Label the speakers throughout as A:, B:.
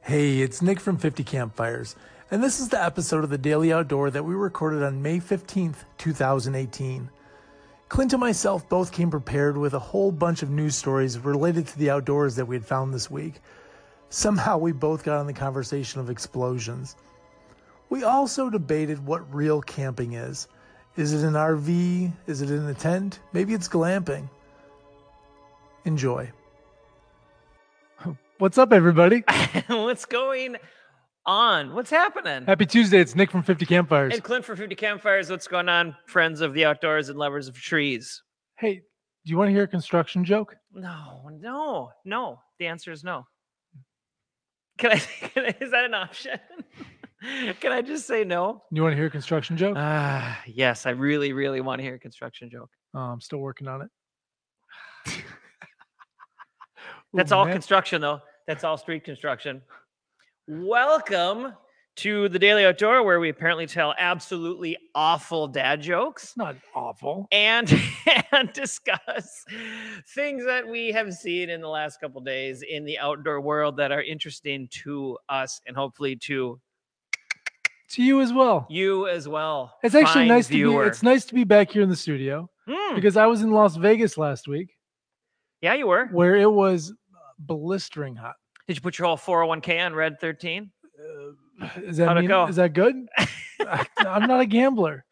A: Hey, it's Nick from 50 Campfires, and this is the episode of the Daily Outdoor that we recorded on May 15th, 2018. Clint and myself both came prepared with a whole bunch of news stories related to the outdoors that we had found this week. Somehow we both got on the conversation of explosions. We also debated what real camping is. Is it an RV? Is it in a tent? Maybe it's glamping. Enjoy. What's up, everybody?
B: What's going on? What's happening?
A: Happy Tuesday. It's Nick from 50 Campfires.
B: And Clint for 50 Campfires, what's going on, friends of the outdoors and lovers of trees?
A: Hey, do you want to hear a construction joke?
B: No, no, no. The answer is no. Can I, can I is that an option? can I just say no?
A: You want to hear a construction joke?
B: Ah, yes, I really, really want to hear a construction joke.
A: Oh, I'm still working on it.
B: That's
A: Ooh,
B: all
A: man.
B: construction, though. That's all street construction. Welcome to the Daily Outdoor, where we apparently tell absolutely awful dad jokes.
A: It's not awful.
B: and and discuss things that we have seen in the last couple days in the outdoor world that are interesting to us and hopefully to
A: To you as well.
B: you as well.
A: It's actually
B: fine
A: nice to
B: viewer.
A: be. It's nice to be back here in the studio
B: Mm,
A: because I was in Las Vegas last week,
B: yeah, you were.
A: where it was blistering hot.
B: Did you put your whole 401k on red 13?
A: Uh, is that
B: How'd it
A: mean-
B: go?
A: is that good? I, am not a gambler.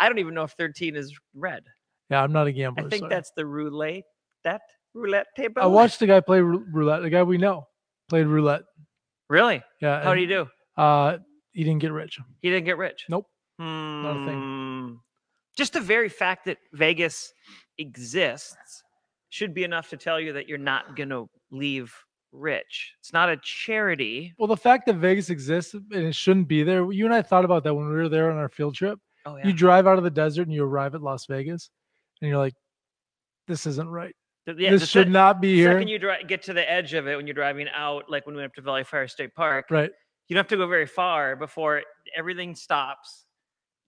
B: I don't even know if 13 is red.
A: Yeah, I'm not a gambler.
B: I think
A: sorry.
B: that's Oh. the roulette that roulette table.
A: I watched the guy play rou- roulette. The guy we know played roulette.
B: Really?
A: Yeah.
B: How do
A: and,
B: you do?
A: Uh, he didn't get rich.
B: He didn't get rich.
A: Nope.
B: Hmm.
A: a thing.
B: Just the very fact that Vegas exists should be enough to tell you that you're not going to leave rich. It's not a charity.
A: Well, the fact that Vegas exists and it shouldn't be there, you and I thought about that when we were there on our field trip.
B: Oh,
A: You drive out of the desert and you arrive at Las Vegas, and you're like, "This isn't right.
B: Th- yeah,
A: this
B: the
A: should
B: sec-
A: not be here."
B: Second, you dri- get to the edge of it when you're driving out, like when we went up to Valley Fire State Park,
A: right?
B: you don't have to go very far before everything stops.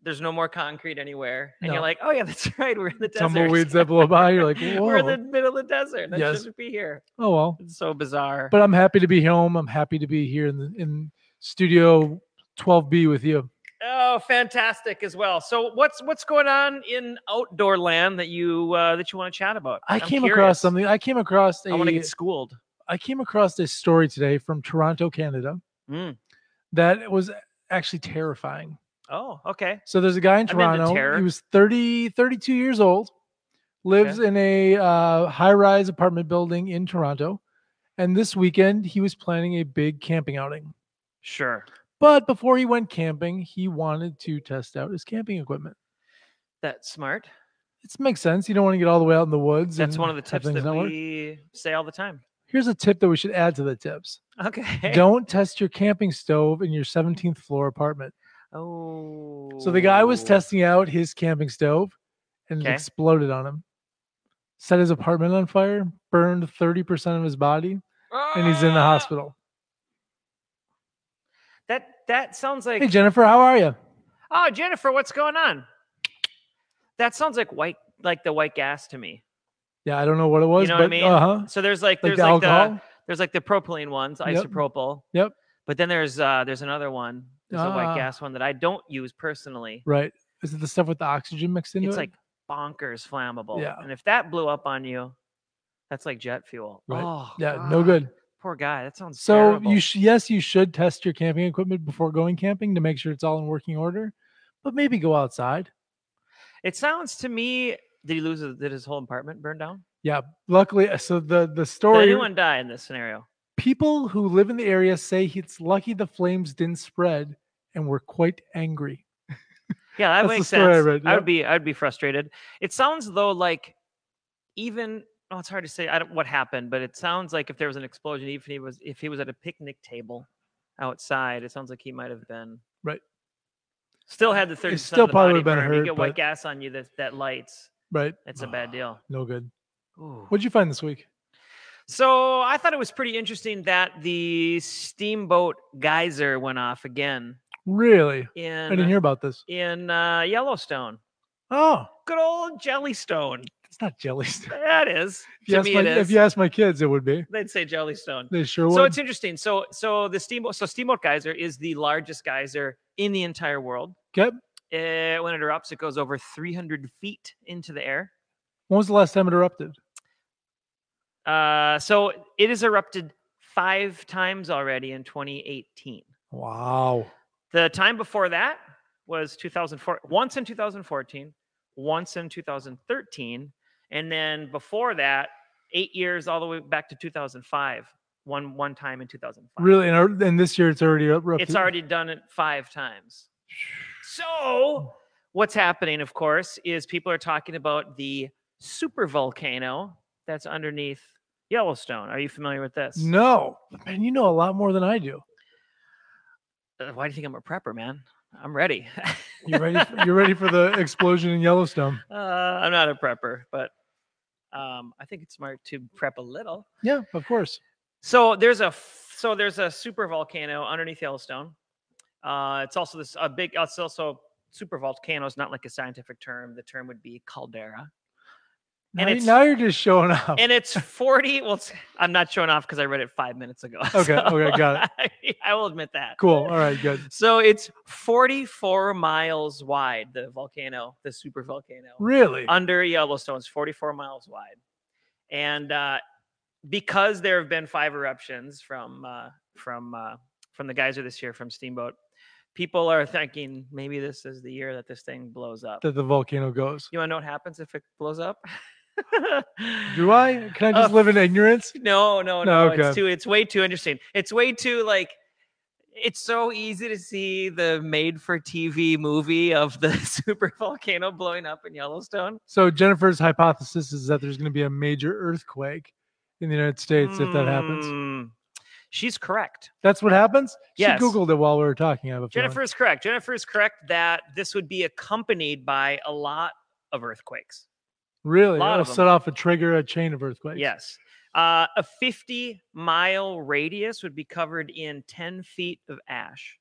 B: There's no more concrete anywhere. And
A: No.
B: you're like, oh, yeah, that's right. We're in the desert.
A: Tumbleweeds that blow by. You're like, "Whoa!"
B: We're in the middle of the desert. That
A: Yes.
B: shouldn't be here.
A: oh well.
B: It's so bizarre.
A: But I'm happy to be home. I'm happy to be here in the, in Studio 12B with you.
B: Oh, fantastic as well. So what's what's going on in outdoor land that you uh, that you want to chat about?
A: I
B: I'm
A: came
B: curious.
A: across something. I came across a.
B: I want to get schooled.
A: I came across this story today from Toronto, Canada,
B: Mm.
A: that was actually terrifying.
B: Oh, okay.
A: So there's a guy in
B: I'm into
A: Toronto.
B: terror.
A: He was 30, 32 years old, lives in a uh, high rise apartment building in Toronto. And this weekend, he was planning a big camping outing.
B: Sure.
A: But before he went camping, he wanted to test out his camping equipment.
B: That's smart.
A: It makes sense. You don't want to get all the way out in the woods.
B: That's
A: and
B: one of the
A: have
B: tips
A: things
B: that
A: not work.
B: we say all the time.
A: Here's a tip that we should add to the tips
B: Okay.
A: don't test your camping stove in your 17th floor apartment.
B: Oh.
A: So the guy was testing out his camping stove and it
B: Okay.
A: exploded on him. Set his apartment on fire, burned 30% of his body, and he's in the
B: Ah!
A: hospital.
B: That that sounds like
A: Hey Jennifer, how are you?
B: oh Jennifer, what's going on? That sounds like white like the white gas to me.
A: Yeah, I don't know what it was,
B: know what I
A: but
B: mean?
A: uh-huh.
B: So there's like
A: Like
B: there's
A: the
B: like the
A: alcohol.
B: There's like the propylene ones,
A: Yep.
B: isopropyl.
A: Yep.
B: But then there's uh there's another one. There's a
A: Ah.
B: white gas one that I don't use personally.
A: right. Is it the stuff with the oxygen mixed into
B: It's
A: it?
B: like bonkers flammable.
A: Yeah.
B: And if that blew up on you, that's like jet fuel.
A: Right.
B: Oh
A: yeah, no
B: God,
A: good.
B: Poor guy. That sounds
A: So
B: terrible.
A: you sh- yes, you should test your camping equipment before going camping to make sure it's all in working order, but maybe go outside.
B: it sounds to me did he lose his, did his whole apartment burn down?
A: Yeah, luckily so the the
B: Did
A: story
B: anyone die in this scenario?
A: People who live in the area say it's lucky the flames didn't spread and were quite angry.
B: Yeah, that
A: That's the
B: makes
A: story I
B: sense. I,
A: read, yep.
B: would be I'd be frustrated. It sounds though like even well, it's hard to say I don't, what happened, but it sounds like if there was an explosion, even if he was if he was at a picnic table outside, it sounds like he might have been
A: Right.
B: Still had the thirty.
A: still probably
B: body
A: would've been
B: burn. You
A: hurt,
B: get white
A: but-
B: gas on you that that lights.
A: Right?
B: It's a bad deal.
A: No good.
B: Ooh.
A: What'd you find this week?
B: So I thought it was pretty interesting that the steamboat geyser went off again
A: Really? I
B: in
A: didn't hear about this.
B: in uh, Yellowstone.
A: Oh,
B: Good old Jellystone.
A: It's not Jellystone.
B: Yeah, it is.
A: If you,
B: To
A: ask
B: me,
A: my,
B: it
A: if
B: is.
A: you ask my kids, it would be.
B: They'd say Jellystone.
A: They sure
B: So
A: would.
B: it's interesting. So so the steamboat so steamboat geyser is the largest geyser in the entire world.
A: Yep.
B: Uh, when it erupts, it goes over 300 feet into the air.
A: When was the last time it erupted?
B: Uh, so it has erupted five times already in 2018.
A: Wow.
B: The time before that was 2004, once in 2014, once in 2013, and then before that, eight years all the way back to 2005. One one time in 2005.
A: Really? And, er- and this year it's already erupted.
B: It's already done it five times. So, what's happening, of course, is people are talking about the super volcano that's underneath Yellowstone. Are you familiar with this?
A: No. Man, you know a lot more than I do.
B: Uh, Why do you think I'm a prepper, man? I'm ready.
A: You ready? For, you ready for the explosion in Yellowstone?
B: uh, I'm not a prepper, but um, I think it's smart to prep a little.
A: Yeah, of course.
B: So there's a f- so there's a super volcano underneath Yellowstone. Uh, it's also this a big. It's also super volcano is not like a scientific term. The term would be caldera,
A: Now,
B: And
A: you-
B: it's-
A: now you're just showing up.
B: and it's forty. Well, it's- I'm not showing off because I read it five minutes ago.
A: Okay, okay, got
B: it. I, will admit that.
A: Cool. All right, good.
B: So it's 44 miles wide. The volcano, the super volcano.
A: Really?
B: under Yellowstone's 44 miles wide. And uh, because there have been five eruptions from uh, from uh, from the geyser this year from Steamboat, people are thinking maybe this is the year that this thing blows up.
A: that the volcano goes.
B: you want to know what happens if it blows up?
A: Do I? Can I just
B: Uh,
A: live in ignorance?
B: No, no, no.
A: No, okay.
B: It's too. It's way too interesting. It's way too like. It's so easy to see the made-for-TV movie of the super volcano blowing up in Yellowstone.
A: So Jennifer's hypothesis is that there's going to be a major earthquake in the United States if that happens.
B: Mm, She's correct.
A: That's what happens. She
B: Yes.
A: googled it while we were talking. I have a feeling.
B: Jennifer is correct. Jennifer is correct that this would be accompanied by a lot of earthquakes.
A: Really?
B: lot
A: That'll
B: of them.
A: set off a trigger, a chain of earthquakes.
B: Yes. Uh, a 50 mile radius would be covered in 10 feet of ash.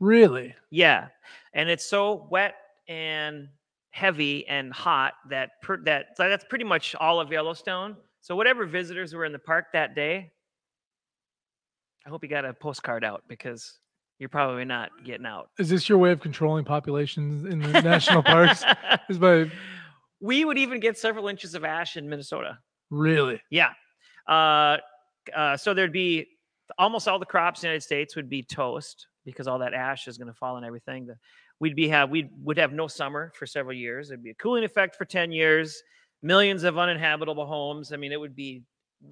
A: Really?
B: Yeah. And it's so wet and heavy and hot that per, that so that's pretty much all of Yellowstone. So whatever visitors were in the park that day, I hope you got a postcard out because you're probably not getting out.
A: Is this your way of controlling populations in the national parks? Is by
B: we would even get several inches of ash in Minnesota.
A: really?
B: Yeah. Uh, uh, so there'd be almost all the crops in the United States would be toast because all that ash is going to fall and everything. The, we'd be have we would have no summer for several years. It'd be a cooling effect for ten years. Millions of uninhabitable homes. I mean, it would be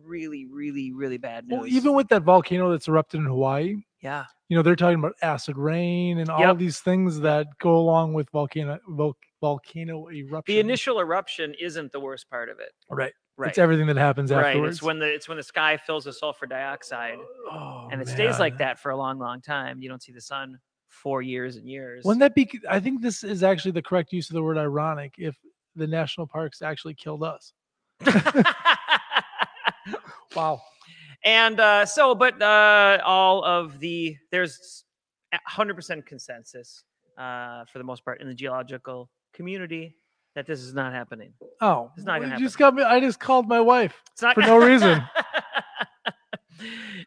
B: really, really, really bad news.
A: Well, even with that volcano that's erupted in Hawaii,
B: yeah,
A: you know they're talking about acid rain and all
B: Yep.
A: these things that go along with volcano vol- volcano eruption.
B: the initial eruption isn't the worst part of it.
A: right.
B: Right.
A: It's everything that happens
B: right.
A: afterwards.
B: It's when the it's when the sky fills with sulfur dioxide.
A: Oh,
B: and it stays like
A: man.
B: that for a long, long time. You don't see the sun for years and years.
A: Wouldn't that be? c- I think this is actually the correct use of the word ironic. If the national parks actually killed us, wow.
B: and uh, so, but uh, all of the there's a 100% consensus uh, for the most part in the geological community that this is not happening.
A: Oh,
B: It's not gonna
A: well, you just got me. I just called my wife.
B: It's not
A: For no reason.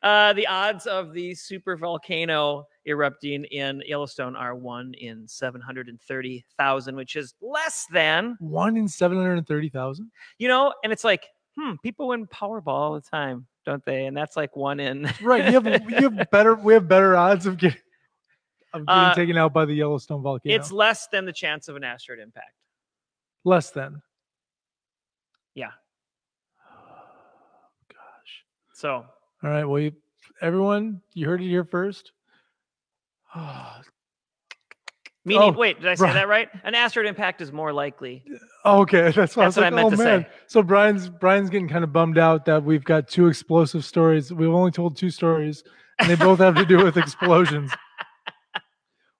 B: Uh, the odds of the super volcano erupting in Yellowstone are one in 730,000, which is less than
A: One in seven hundred thirty thousand.
B: you know and it's like hmm people win powerball all the time don't they and that's like one in
A: Right. You have you have better. We have better odds of getting of getting
B: Uh,
A: taken out by the Yellowstone volcano.
B: it's less than the chance of an asteroid impact
A: less than.
B: Yeah.
A: Gosh.
B: so
A: All right. Well, you, everyone, you heard it here first.
B: meaning
A: Oh,
B: wait did i say
A: right.
B: that right an asteroid impact is more likely
A: Oh, okay, that's why I was
B: That's what I
A: like,
B: meant
A: oh
B: to
A: man.
B: say.
A: So Brian's Brian's getting kind of bummed out that we've got two explosive stories. We've only told two stories, and they both have to do with explosions.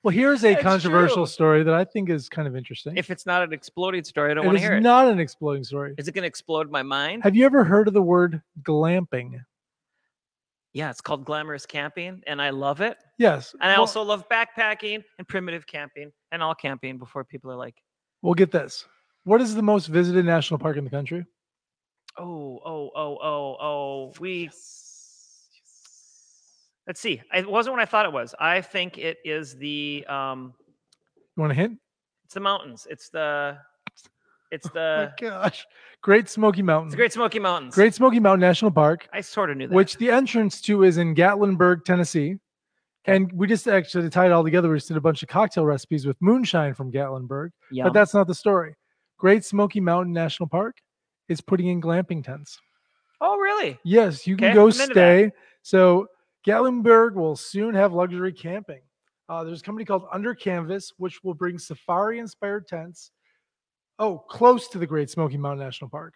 A: Well, here's a
B: That's
A: controversial
B: true.
A: story that I think is kind of interesting.
B: if it's not an exploding story i don't
A: It
B: want to
A: is
B: hear it. Is
A: not an exploding story.
B: it going to explode my mind
A: Have you ever heard of the word glamping?
B: yeah it's called glamorous camping and i love it
A: Yes.
B: and i
A: Well,
B: also love backpacking and primitive camping and all camping before people are like
A: we'll get this. What is the most visited national park in the country?
B: Oh, oh, oh, oh, oh. We. Let's see. It wasn't what I thought it was. I think it is the um.
A: You want a hint?
B: It's the mountains. It's the. It's the.
A: oh my gosh. Great Smoky Mountain.
B: Uh, It's the Great Smoky Mountains.
A: Great Smoky Mountain National Park,
B: I sort of knew that.
A: which the entrance to is in Gatlinburg, Tennessee. And we just actually to tie it all together. We just did a bunch of cocktail recipes with moonshine from Gatlinburg.
B: Yum.
A: But that's not the story. Great Smoky Mountain National Park is putting in glamping tents.
B: oh, really?
A: Yes, you can
B: Okay,
A: go
B: I'm into that.
A: stay. So Gatlinburg will soon have luxury camping. Uh, there's a company called Under Canvas, which will bring safari-inspired tents. Oh, close to the Great Smoky Mountain National Park.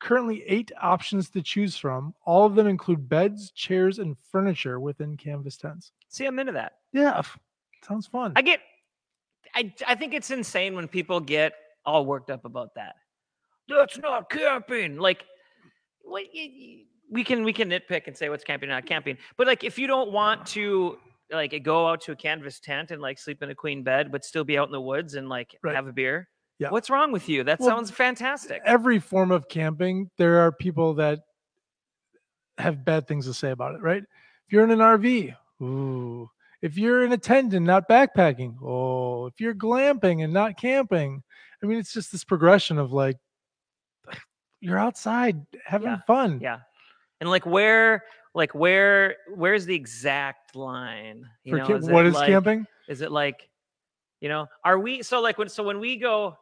A: Currently, eight options to choose from. All of them include beds, chairs, and furniture within canvas tents.
B: See, I'm into that.
A: Yeah, f- sounds fun.
B: I get. I I think it's insane when people get all worked up about that. That's not camping. Like, what? y- y- We can we can nitpick and say what's camping, not camping. But like, if you don't want to like go out to a canvas tent and like sleep in a queen bed, but still be out in the woods and like
A: Right.
B: have a beer,
A: Yeah.
B: what's wrong with you? That
A: Well, eh,
B: sounds fantastic.
A: Every form of camping, there are people that have bad things to say about it, right? If you're in an RV, ooh. If you're in a tent and not backpacking, oh. If you're glamping and not camping, I mean, it's just this progression of like, you're outside having
B: Yeah,
A: fun.
B: yeah. And like, where like where where's the exact line? You
A: For
B: know,
A: ca- what
B: it,
A: is
B: like-
A: camping?
B: Is it like, you know, are we so like when so when we go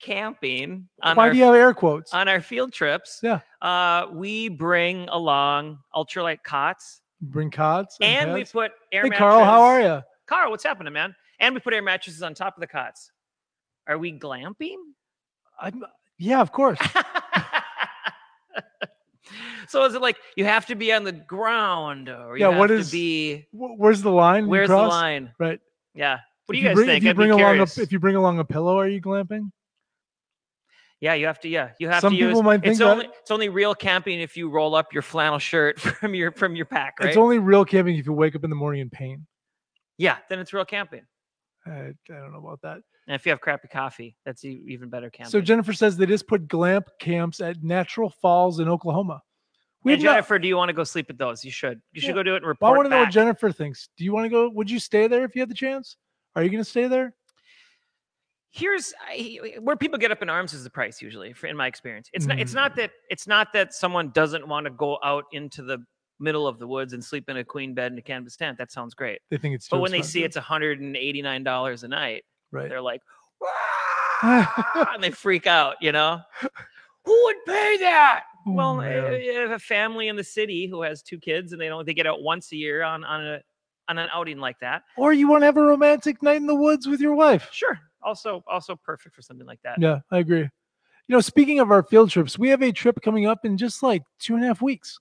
B: camping on
A: Why
B: our
A: do you have air quotes?
B: on our field trips?
A: Yeah.
B: Uh, we bring along ultralight cots
A: Bring cots.
B: and we
A: hats?
B: put air.
A: Hey, Carl, how are
B: mattresses-
A: you?
B: Carl, what's happening, man? And we put air mattresses on top of the cots. Are we glamping?
A: I'm, yeah, of course.
B: so is it like you have to be on the ground or you
A: Yeah,
B: have
A: what
B: to
A: is-
B: be?
A: Wh- Where's the line? you
B: Where's the
A: cross?
B: line?
A: Right.
B: Yeah. What do
A: If
B: you guys
A: bring,
B: think?
A: If you,
B: I'd be
A: bring along a,
B: curious.
A: if you bring along a pillow, are you glamping?
B: Yeah, you have to. Yeah, you have
A: Some
B: to use.
A: people might think
B: it's
A: that-
B: only it's only real camping if you roll up your flannel shirt from your from your pack, right?
A: It's only real camping if you wake up in the morning in pain.
B: yeah, then it's real camping.
A: I, I don't know about that.
B: And if you have crappy coffee, that's e- even better camping.
A: So Jennifer says they just put glamp camps at Natural Falls in Oklahoma. We
B: and
A: have not,
B: Jennifer, do you want to go sleep at those? You should. You should
A: Yeah.
B: go do it and
A: I
B: report
A: want to know what
B: back.
A: Jennifer thinks. Do you want to go? Would you stay there if you had the chance? Are you going to stay there?
B: Here's I, where people get up in arms is the price usually, for, in my experience. It's not. It's
A: Mm.
B: not that. It's not that someone doesn't want to go out into the middle of the woods and sleep in a queen bed in a canvas tent. That sounds great.
A: They think it's. Too
B: But when they see
A: expensive,
B: it's hundred and eighty nine dollars a night.
A: right? Oh,
B: they're like "Ah," and they freak out you know who would pay that
A: Oh,
B: well eh." i-
A: man.
B: i- if a family in the city who has two kids and they don't they get out once a year on on a on an outing like that
A: or you want to have a romantic night in the woods with your wife?
B: sure also also perfect for something like that
A: Yeah, I agree. You know, speaking of our field trips, we have a trip coming up in just like two and a half weeks.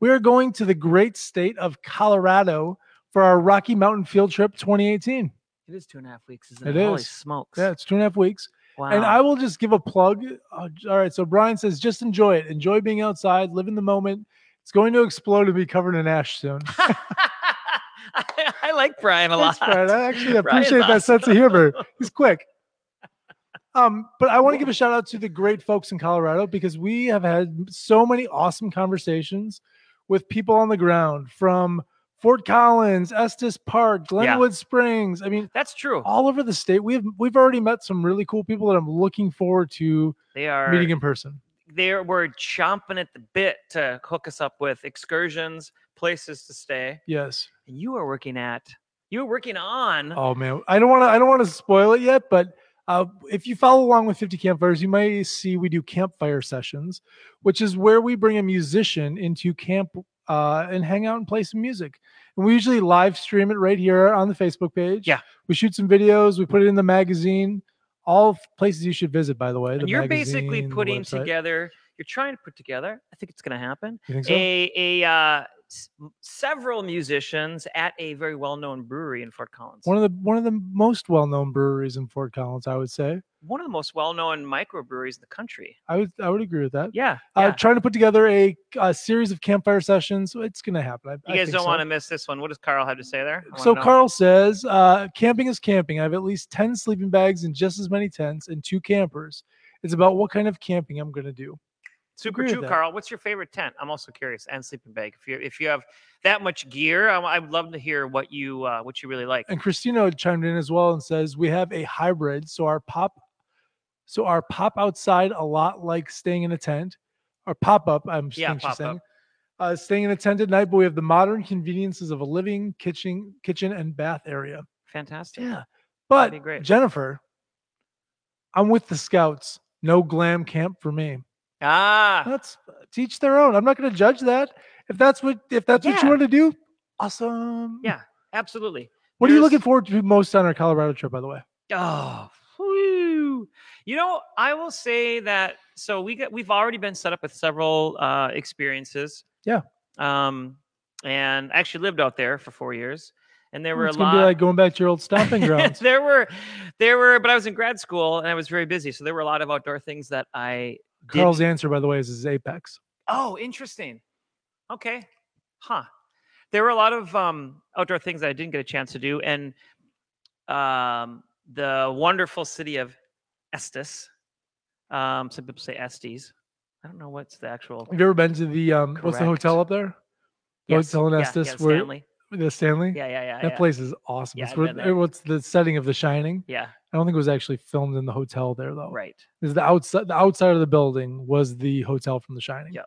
A: We are going to the great state of Colorado for our Rocky Mountain Field Trip 2018.
B: it is two and a half weeks isn't
A: It
B: it, holy
A: is.
B: smokes
A: Yeah, it's two and a half weeks.
B: wow
A: And I will just give a plug. Uh, j- all right. So Brian says, just enjoy it. Enjoy being outside. Live in the moment. It's going to explode and be covered in ash soon.
B: I, I like brian a lot
A: Thanks, Brian. I actually
B: Brian's
A: appreciate that sense of
B: awesome.
A: humor. He's quick. Um, but I want to give a shout out to the great folks in Colorado because we have had so many awesome conversations with people on the ground from Fort Collins, Estes Park, Glenwood Springs. I mean,
B: that's true
A: all over the state. We've we've already met some really cool people that I'm looking forward to
B: they are
A: meeting in person.
B: they were chomping at the bit to hook us up with excursions places to stay
A: Yes.
B: and you are working at you were working on
A: Oh man, I don't want to. I don't want to spoil it yet, but uh, if you follow along with 50 Campfires, you may see we do campfire sessions, which is where we bring a musician into camp uh, and hang out and play some music. And we usually live stream it right here on the Facebook page.
B: Yeah.
A: we shoot some videos. We put it in the magazine. All f- places you should visit, by the way. The
B: and you're basically
A: magazine, the
B: putting
A: website.
B: together you're trying to put together i think it's going to happen
A: You think so?
B: a a uh, s- several musicians at a very well-known brewery in Fort Collins.
A: One of the one of the most well known breweries in Fort Collins, I would say.
B: One of the most well-known microbreweries in the country.
A: I would I would agree with that.
B: Yeah,
A: Uh,
B: yeah.
A: trying to put together a, a series of campfire sessions. It's gonna happen. I,
B: you guys don't want to miss this one. What does Carl have to say there? I wanna
A: So
B: know.
A: Carl says, uh, camping is camping. I have at least ten sleeping bags and just as many tents and two campers. It's about what kind of camping I'm gonna do.
B: Super
A: agree with
B: Chew,
A: that.
B: Carl. What's your favorite tent? I'm also curious. And sleeping bag. If you if you have that much gear, I, I would love to hear what you uh, what you really like.
A: And Christina chimed in as well and says, we have a hybrid. So our pop, so our pop outside a lot like staying in a tent, or pop up. I'm
B: Yeah,
A: think she's
B: pop up.
A: saying. Uh, staying in a tent at night, but we have the modern conveniences of a living kitchen, kitchen and bath area.
B: Fantastic.
A: Yeah. But
B: be great.
A: Jennifer, I'm with the scouts. No glam camp for me.
B: Ah,
A: That's teach their own. I'm not going to judge that. If that's what if that's what you
B: Yeah.
A: want to do, awesome.
B: Yeah, absolutely.
A: What are you looking
B: There's-
A: forward to most on our Colorado trip, by the way?
B: Oh, whew. you know, I will say that. So we got, we've already been set up with several uh, experiences.
A: Yeah.
B: Um, and I actually lived out there for four years, and there were
A: Oh, it's
B: a
A: gonna
B: lot.
A: be like going back to your old stomping grounds.
B: there were, there were, but I was in grad school and I was very busy, so there were a lot of outdoor things that I. did
A: Carl's answer, by the way, is, is Apex.
B: Oh, interesting. Okay. Huh. There were a lot of um, outdoor things that I didn't get a chance to do. And um, the wonderful city of Estes. Um, some people say Estes. I don't know what's the actual.
A: Have you ever been to the um, what's the hotel up there? The hotel in
B: yeah,
A: Estes
B: yeah,
A: where
B: Stanley.
A: the Stanley.
B: Yeah, yeah, yeah.
A: that
B: yeah.
A: place is awesome.
B: Yeah,
A: it's
B: I've
A: where,
B: been there.
A: what's the setting of The Shining?
B: Yeah,
A: I don't think it was actually filmed in the hotel there though.
B: right.
A: This is the outside the outside of the building was the hotel from The Shining.
B: Yeah.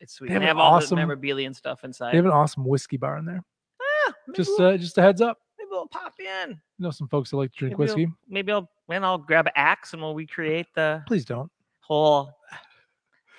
B: It's sweet.
A: They
B: and they
A: have
B: have
A: an
B: all
A: awesome-
B: the memorabilia and stuff inside.
A: They have an awesome whiskey bar in there.
B: Ah, maybe
A: Just
B: we'll,
A: uh, just a heads up.
B: maybe we'll pop in.
A: You know some folks that like to drink
B: Maybe we'll-
A: whiskey.
B: Maybe I'll and I'll grab an axe and we'll recreate the
A: Please don't.
B: whole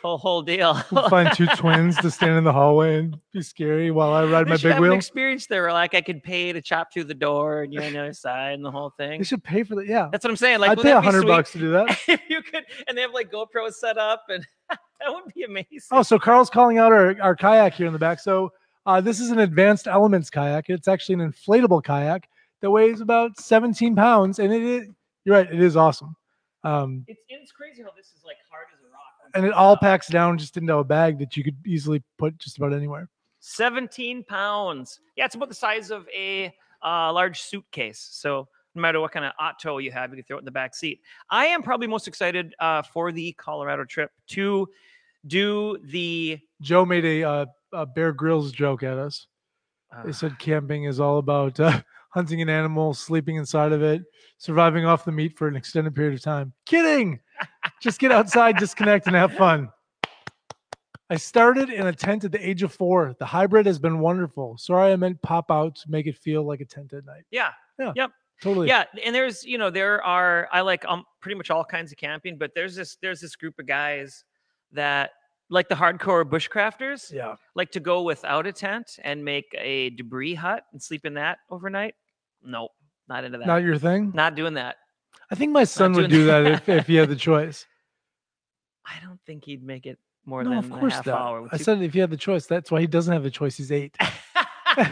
B: whole whole deal.
A: We'll find two twins to stand in the hallway and be scary while I ride
B: They
A: my
B: should
A: big
B: have an
A: wheel.
B: experience there where like I could pay to chop through the door and you're on the other side and the whole
A: They
B: thing.
A: should pay for that. Yeah.
B: That's what I'm saying. Like
A: I'd
B: wouldn't
A: pay a
B: that be
A: hundred
B: sweet?
A: bucks to do that.
B: if you could and they have like GoPros set up and that would be amazing.
A: Oh, so Carl's calling out our, our kayak here in the back. So uh, this is an advanced elements kayak. It's actually an inflatable kayak that weighs about 17 pounds. And it is, you're right, it is awesome. Um,
B: it's it's crazy how this is like hard as a rock.
A: and it all packs down just into a bag that you could easily put just about anywhere.
B: 17 pounds. Yeah, it's about the size of a uh, large suitcase. So no matter what kind of auto you have, you can throw it in the back seat. I am probably most excited uh, for the Colorado trip to do the.
A: Joe made a, uh, a Bear Grylls joke at us.
B: uh,
A: They said camping is all about uh, hunting an animal, sleeping inside of it, surviving off the meat for an extended period of time. Kidding! Just get outside, disconnect, and have fun. I started in a tent at the age of four. The hybrid has been wonderful. Sorry, I meant pop out to make it feel like a tent at night.
B: yeah,
A: Totally.
B: yeah and there's you know there are i like um pretty much all kinds of camping but there's this there's this group of guys that like the hardcore bushcrafters
A: Yeah.
B: like to go without a tent and make a debris hut and sleep in that overnight nope not into that
A: Not your thing.
B: not doing that
A: I think my son would
B: doing
A: do that
B: that.
A: if, if he had the choice.
B: i don't think he'd make it more
A: no,
B: than
A: of course
B: a half
A: not.
B: hour with
A: I
B: two-
A: said if he had the choice. That's why he doesn't have the choice. He's eight.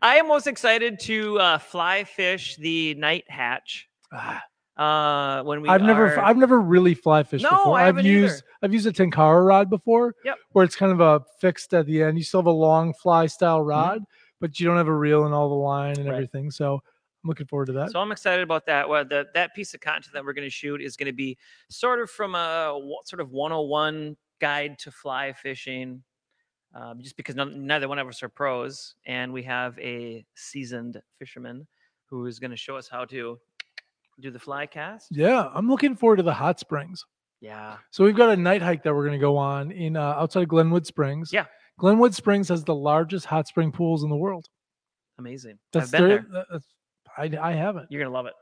B: i am most excited to uh, fly fish the night hatch
A: Ah,
B: uh when we
A: I've never,
B: are-
A: I've never really fly fished
B: No,
A: before.
B: I
A: I've
B: haven't either.
A: used, I've used a tenkara rod before.
B: Yep.
A: Where it's kind of a fixed at the end. You still have a long fly style rod, but you don't have a reel and all the line and
B: Mm-hmm. Right.
A: everything. So I'm looking forward to that.
B: So I'm excited about that. Well, the, that piece of content that we're going to shoot is going to be sort of from a wa- sort of 101 guide to fly fishing, um, just because none, neither one of us are pros, and we have a seasoned fisherman who is going to show us how to do the fly cast.
A: yeah, I'm looking forward to the hot springs.
B: Yeah,
A: So we've got a night hike that we're going to go on in uh, outside of Glenwood Springs.
B: Yeah.
A: Glenwood Springs has the largest hot spring pools in the world.
B: amazing.
A: That's
B: I've been
A: their-
B: there.
A: that- that's, I, I haven't.
B: You're going to love it.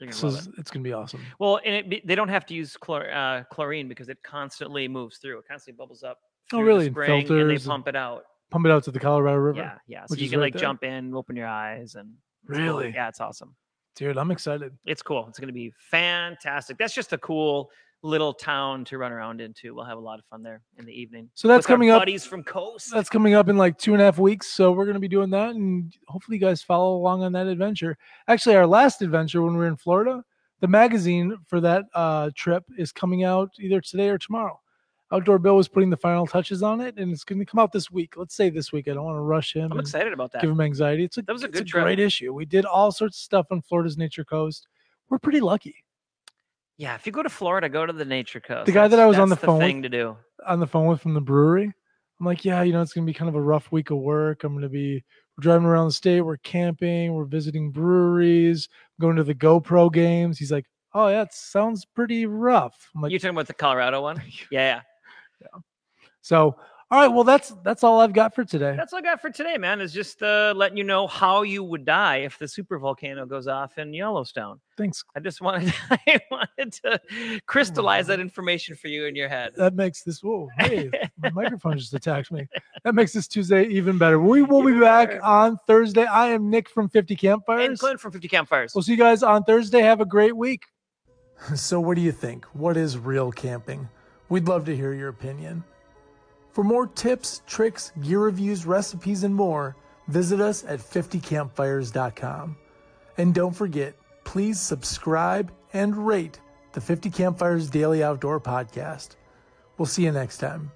B: You're going to
A: So
B: love it.
A: it's, it's going to be awesome.
B: Well, and it, be- they don't have to use chlor, uh, chlorine because it constantly moves through. It constantly bubbles up.
A: Oh,
B: through the
A: really? And
B: spring, And they
A: filters and-
B: pump it out.
A: Pump it out to the Colorado River.
B: Yeah, yeah. So
A: which
B: you
A: is
B: can
A: right
B: like
A: there.
B: jump in, open your eyes, and it's cool.
A: Really?
B: yeah, it's awesome.
A: Dude, I'm excited.
B: It's cool. It's going to be fantastic. That's just a cool little town to run around into. We'll have a lot of fun there in the evening.
A: So that's
B: with our
A: coming up.
B: Buddies from Coast.
A: That's coming up in like two and a half weeks. So we're going to be doing that. And hopefully, you guys follow along on that adventure. Actually, our last adventure when we were in Florida, the magazine for that uh, trip is coming out either today or tomorrow. Outdoor Bill was putting the final touches on it, and it's going to come out this week. Let's say this week. I don't want to rush him.
B: I'm
A: and-
B: excited about that.
A: give him anxiety. It's a,
B: That was a
A: it's
B: good trip.
A: great issue. We did all sorts of stuff on Florida's Nature Coast. We're pretty lucky.
B: Yeah, if you go to Florida, go to the nature coast.
A: guy that
B: That's-
A: I was on
B: that's
A: the phone with-
B: thing to do.
A: On the phone with from the brewery, I'm like, yeah, you know, it's gonna be kind of a rough week of work. I'm gonna be we're driving around the state. We're camping. We're visiting breweries. Going to the GoPro games. He's like, oh yeah, it sounds pretty rough. I'm like,
B: you talking about the Colorado one? Yeah,
A: so all right, well that's that's all I've got for today.
B: yeah. That's all I got for today, man. Is just uh, letting you know how you would die if the super volcano goes off in Yellowstone.
A: Thanks.
B: I just wanted I wanted to crystallize that information for you in your head.
A: That makes this whoa, hey, my microphone just attacked me. That makes this Tuesday even better. We will be
B: Even
A: back
B: better.
A: on Thursday. I am Nick from 50 Campfires.
B: And Clint from 50 Campfires.
A: We'll see you guys on Thursday. Have a great week. So, what do you think? What is real camping? We'd love to hear your opinion. For more tips, tricks, gear reviews, recipes, and more, visit us at 50campfires.com. And don't forget, please subscribe and rate the 50 Campfires Daily Outdoor Podcast. We'll see you next time.